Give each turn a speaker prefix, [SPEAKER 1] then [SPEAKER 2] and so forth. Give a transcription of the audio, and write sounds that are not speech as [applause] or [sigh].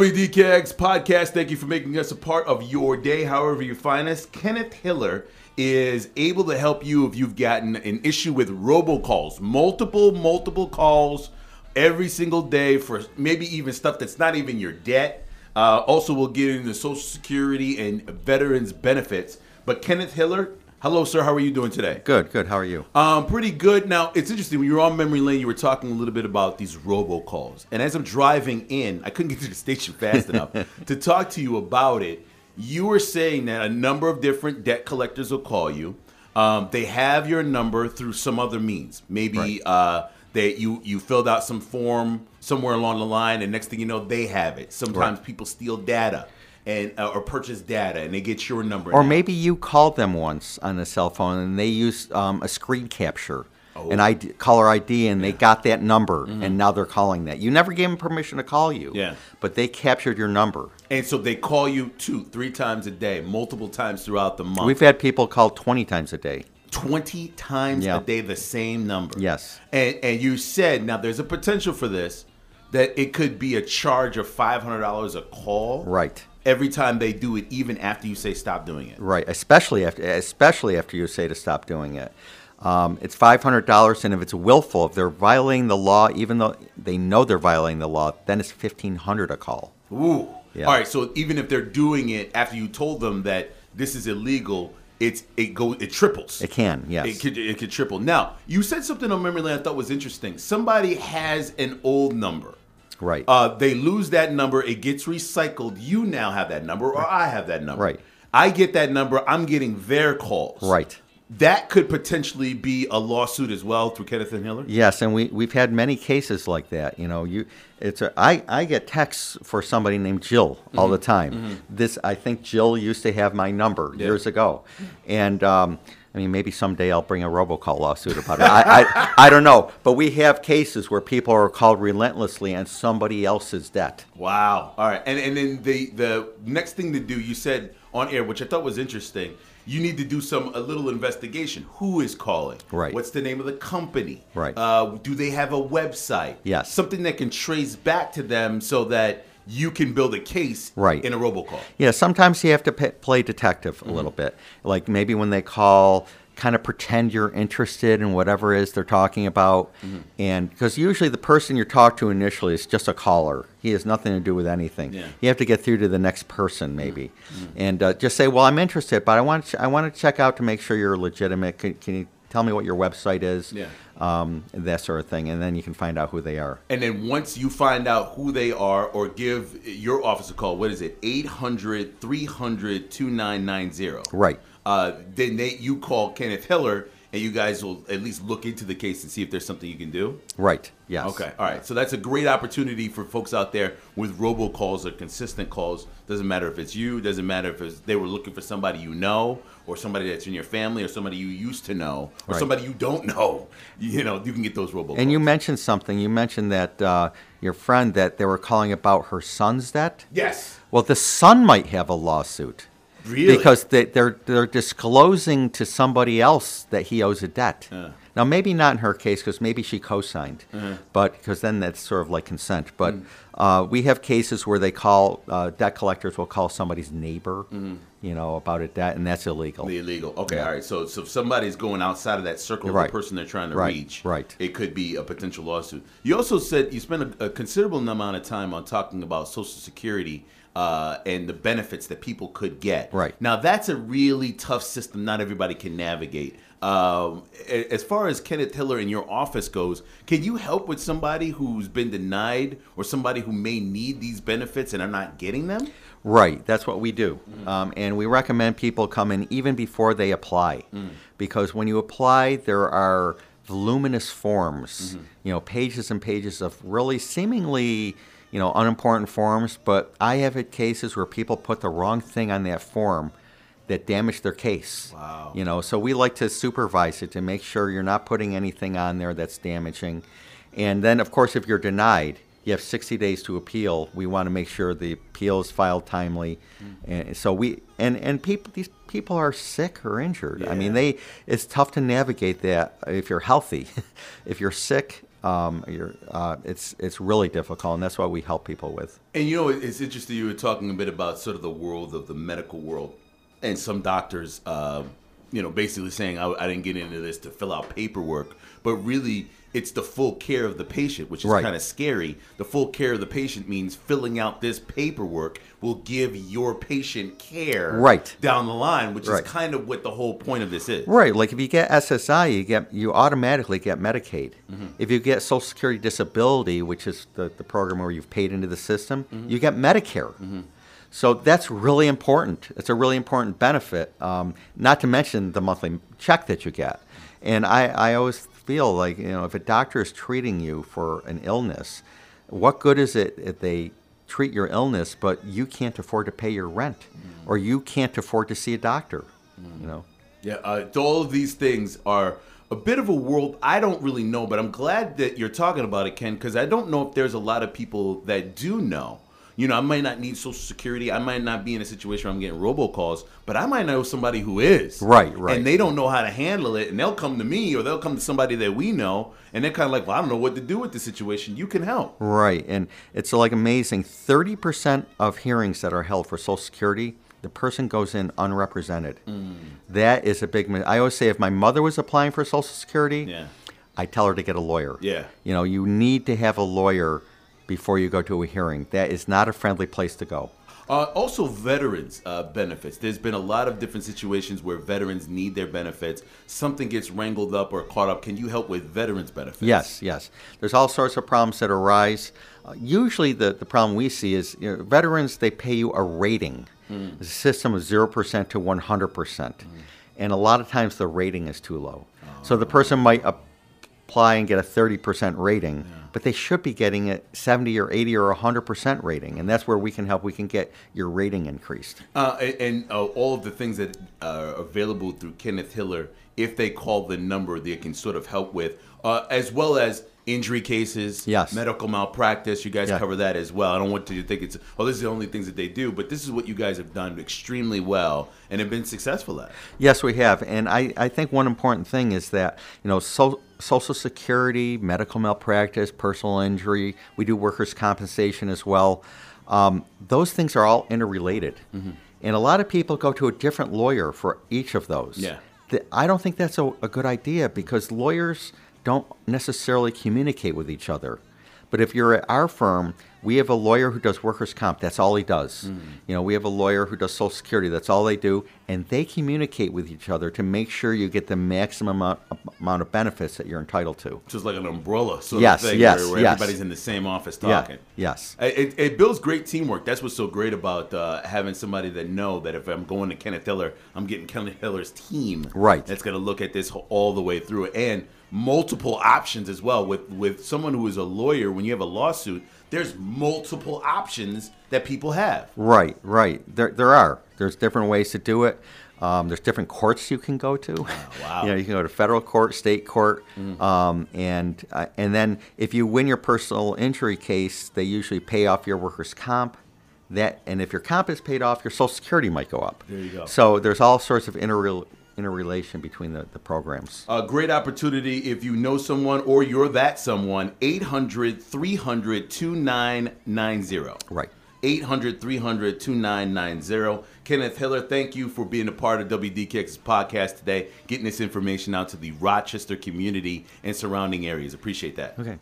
[SPEAKER 1] WDKX podcast, thank you for making us a part of your day, however you find us. Kenneth Hiller is able to help you if you've gotten an issue with robocalls, multiple, multiple calls every single day for maybe even stuff that's not even your debt. Uh, also, we'll get into Social Security and veterans benefits. But Kenneth Hiller, hello, sir. How are you doing today?
[SPEAKER 2] Good, good. How are you?
[SPEAKER 1] Um, pretty good. Now it's interesting. When you were on memory lane, you were talking a little bit about these robocalls, and as I'm driving in, I couldn't get to the station fast
[SPEAKER 2] [laughs]
[SPEAKER 1] enough to talk to you about it. You were saying that a number of different debt collectors will call you. Um, they have your number through some other means. Maybe
[SPEAKER 2] Right.
[SPEAKER 1] uh, that you you filled out some form somewhere along the line, and next thing you know, they have it. Sometimes people steal data and uh, or purchase data, and they get your number.
[SPEAKER 2] Or
[SPEAKER 1] now.
[SPEAKER 2] maybe you called them once on a cell phone and they used um, a screen capture, an ID, caller ID, and they got that number, and now they're calling that. You never gave them permission to call you,
[SPEAKER 1] Yeah.
[SPEAKER 2] but they captured your number.
[SPEAKER 1] And so they call you two, three times a day, multiple times throughout the month.
[SPEAKER 2] We've had people call 20 times a day.
[SPEAKER 1] 20 times
[SPEAKER 2] Yeah.
[SPEAKER 1] a day the same number.
[SPEAKER 2] Yes.
[SPEAKER 1] And and you said now there's a potential for this that it could be a charge of $500 a call.
[SPEAKER 2] Right.
[SPEAKER 1] Every time they do it even after you say stop doing it.
[SPEAKER 2] Right, especially after especially after you say to stop doing it. Um, it's five hundred dollars, and if it's willful, if they're violating the law, even though they know they're violating the law, then it's fifteen hundred a call.
[SPEAKER 1] Ooh.
[SPEAKER 2] Yeah.
[SPEAKER 1] All right, so even if they're doing it after you told them that this is illegal, it's it goes it triples.
[SPEAKER 2] It can, yes.
[SPEAKER 1] It could it could triple. Now, you said something on memory lane I thought was interesting. Somebody has an old number.
[SPEAKER 2] Right.
[SPEAKER 1] Uh, they lose that number. It gets recycled. You now have that number, or I have that number.
[SPEAKER 2] Right.
[SPEAKER 1] I get that number. I'm getting their calls.
[SPEAKER 2] Right.
[SPEAKER 1] That could potentially be a lawsuit as well through Kenneth and Hiller.
[SPEAKER 2] Yes, and we we've had many cases like that. You know, you it's a, I I get texts for somebody named Jill all the time. This I think Jill used to have my number years ago, and. Um, I mean, maybe someday I'll bring a robocall lawsuit about it. I, I, I don't know. But we have cases where people are called relentlessly on somebody else's debt.
[SPEAKER 1] Wow. All right. And and then the the next thing to do, you said on air, which I thought was interesting. You need to do some a little investigation. Who is calling?
[SPEAKER 2] Right.
[SPEAKER 1] What's the name of the company?
[SPEAKER 2] Right.
[SPEAKER 1] Uh, do they have a website?
[SPEAKER 2] Yes.
[SPEAKER 1] Something that can trace back to them so that you can build a case.
[SPEAKER 2] Right.
[SPEAKER 1] In a robocall.
[SPEAKER 2] Yeah, sometimes you have to p- play detective a
[SPEAKER 1] Mm-hmm.
[SPEAKER 2] little bit. Like maybe when they call, kind of pretend you're interested in whatever it is they're talking about.
[SPEAKER 1] Mm-hmm.
[SPEAKER 2] And because usually the person you talk to initially is just a caller, he has nothing to do with anything.
[SPEAKER 1] Yeah. Mm-hmm.
[SPEAKER 2] You have to get through to the next person maybe, and uh, just say, "Well, I'm interested, but I want to ch- I want to check out to make sure you're legitimate. Can, can you tell me what your website is?
[SPEAKER 1] Yeah.
[SPEAKER 2] um, and that sort of thing, and then you can find out who they are.
[SPEAKER 1] And then once you find out who they are or give your office a call, what is it? 800 300 2990.
[SPEAKER 2] Right.
[SPEAKER 1] Uh, then they, you call Kenneth Hiller and you guys will at least look into the case and see if there's something you can do.
[SPEAKER 2] Right. Yes.
[SPEAKER 1] Okay. All right. So that's a great opportunity for folks out there with robocalls or consistent calls. Doesn't matter if it's you, doesn't matter if it's, they were looking for somebody you know or somebody that's in your family or somebody you used to know or
[SPEAKER 2] Right.
[SPEAKER 1] somebody you don't know. You know, you can get those robocalls.
[SPEAKER 2] And you mentioned something. You mentioned that uh, your friend that they were calling about her son's debt.
[SPEAKER 1] Yes.
[SPEAKER 2] Well, the son might have a lawsuit.
[SPEAKER 1] Really?
[SPEAKER 2] Because they, they're they're disclosing to somebody else that he owes a debt. Now, maybe not in her case because maybe she co-signed, but because then that's sort of like consent. But uh, we have cases where they call uh, debt collectors will call somebody's neighbor, you know, about a debt, and that's illegal.
[SPEAKER 1] The illegal. Okay,
[SPEAKER 2] Yeah.
[SPEAKER 1] all right. So, so if somebody's going outside of that circle of
[SPEAKER 2] Right.
[SPEAKER 1] the person they're trying to
[SPEAKER 2] Right,
[SPEAKER 1] reach,
[SPEAKER 2] right.
[SPEAKER 1] It could be a potential lawsuit. You also said you spent a, a considerable amount of time on talking about Social Security uh, and the benefits that people could get.
[SPEAKER 2] Right.
[SPEAKER 1] now, that's a really tough system. Not everybody can navigate. Um, a- as far as Kenneth Hiller in your office goes, can you help with somebody who's been denied or somebody who may need these benefits and are not getting them?
[SPEAKER 2] Right, that's what we do. Um, and we recommend people come in even before they apply. Because when you apply, there are voluminous forms, you know, pages and pages of really seemingly, you know, unimportant forms. But I have had cases where people put the wrong thing on that form that damage their case.
[SPEAKER 1] Wow.
[SPEAKER 2] You know, so we like to supervise it to make sure you're not putting anything on there that's damaging. And then, of course, if you're denied, you have 60 days to appeal. We want to make sure the appeal is filed timely. And so we and and people these people are sick or injured. I mean,
[SPEAKER 1] Yeah.
[SPEAKER 2] they it's tough to navigate that [laughs] if you're healthy. if you're sick, um, you're, uh, it's it's really difficult, and that's what we help people with.
[SPEAKER 1] And you know, it- it's interesting. You were talking a bit about sort of the world of the medical world, and some doctors, uh, you know, basically saying, I, "I didn't get into this to fill out paperwork," but really, it's the full care of the patient, which is
[SPEAKER 2] Right.
[SPEAKER 1] kind of scary. The full care of the patient means filling out this paperwork will give your patient care
[SPEAKER 2] Right.
[SPEAKER 1] down the line, which
[SPEAKER 2] Right.
[SPEAKER 1] is kind of what the whole point of this is.
[SPEAKER 2] Right, like if you get SSI, you get you automatically get Medicaid. If you get Social Security Disability, which is the, the program where you've paid into the system, you get Medicare. So that's really important. It's a really important benefit. Um, not to mention the monthly check that you get. And I, I always feel like you know if a doctor is treating you for an illness, what good is it if they treat your illness but you can't afford to pay your rent or you can't afford to see a doctor? You know.
[SPEAKER 1] Yeah, uh, all of these things are a bit of a world I don't really know, but I'm glad that you're talking about it, Ken, because I don't know if there's a lot of people that do know. You know, I might not need Social Security. I might not be in a situation where I'm getting robocalls, but I might know somebody who is.
[SPEAKER 2] Right, right.
[SPEAKER 1] And they don't know how to handle it, and they'll come to me or they'll come to somebody that we know, and they're kind of like, well, I don't know what to do with the situation. You can help.
[SPEAKER 2] Right, and it's like amazing. Thirty percent of hearings that are held for Social Security, the person goes in unrepresented.
[SPEAKER 1] Mm.
[SPEAKER 2] That is a big. mi- I always say, if my mother was applying for Social Security,
[SPEAKER 1] Yeah.
[SPEAKER 2] I tell her to get a lawyer.
[SPEAKER 1] Yeah.
[SPEAKER 2] you know, you need to have a lawyer before you go to a hearing. That is not a friendly place to go.
[SPEAKER 1] Uh, also, veterans uh, benefits. There's been a lot of different situations where veterans need their benefits. Something gets wrangled up or caught up. Can you help with veterans benefits?
[SPEAKER 2] Yes, yes. There's all sorts of problems that arise. Uh, usually, the, the problem we see is you know, veterans, they pay you a rating. It's a system of 0% to 100%. And a lot of times the rating is too low. So the person might apply and get a 30% rating, but they should be getting a 70 or 80 or 100% rating. And that's where we can help. We can get your rating increased.
[SPEAKER 1] Uh, and and uh, all of the things that are available through Kenneth Hiller, if they call the number, they can sort of help with, uh, as well as injury cases,
[SPEAKER 2] Yes.
[SPEAKER 1] medical malpractice. You guys
[SPEAKER 2] Yeah.
[SPEAKER 1] cover that as well. I don't want you to think it's, oh, this is the only things that they do, but this is what you guys have done extremely well and have been successful at.
[SPEAKER 2] Yes, we have. And I, I think one important thing is that, you know, so, Social Security, medical malpractice, personal injury, we do workers' compensation as well. Um, those things are all interrelated. And a lot of people go to a different lawyer for each of those.
[SPEAKER 1] Yeah.
[SPEAKER 2] Th- I don't think that's a, a good idea because lawyers don't necessarily communicate with each other. But if you're at our firm, we have a lawyer who does workers' comp. That's all he does. You know, we have a lawyer who does Social Security. That's all they do, and they communicate with each other to make sure you get the maximum amount, amount of benefits that you're entitled to.
[SPEAKER 1] So it's like an umbrella sort
[SPEAKER 2] Yes,
[SPEAKER 1] of thing
[SPEAKER 2] yes,
[SPEAKER 1] where, where
[SPEAKER 2] yes.
[SPEAKER 1] everybody's in the same office talking.
[SPEAKER 2] Yeah. Yes.
[SPEAKER 1] It, it, it builds great teamwork. That's what's so great about uh, having somebody that know that if I'm going to Kenneth Hiller, I'm getting Kenneth Hiller's team.
[SPEAKER 2] Right.
[SPEAKER 1] That's going to look at this ho- all the way through and multiple options as well. With with someone who is a lawyer, when you have a lawsuit, there's multiple options that people have.
[SPEAKER 2] Right, right. There, there are. There's different ways to do it. Um, there's different courts you can go to. [laughs]
[SPEAKER 1] wow. Mm-hmm.
[SPEAKER 2] you know, you can go to federal court, state court, um, and uh, and then if you win your personal injury case, they usually pay off your workers' comp. That and if your comp is paid off, your Social Security might go up. There
[SPEAKER 1] you go.
[SPEAKER 2] So there's all sorts of interrel interrelation between the, the programs.
[SPEAKER 1] A great opportunity if you know someone or you're that someone. 800 300 2990.
[SPEAKER 2] Right.
[SPEAKER 1] 800 300 2990. Kenneth Hiller, thank you for being a part of WDKX's podcast today, getting this information out to the Rochester community and surrounding areas. Appreciate that.
[SPEAKER 2] Okay.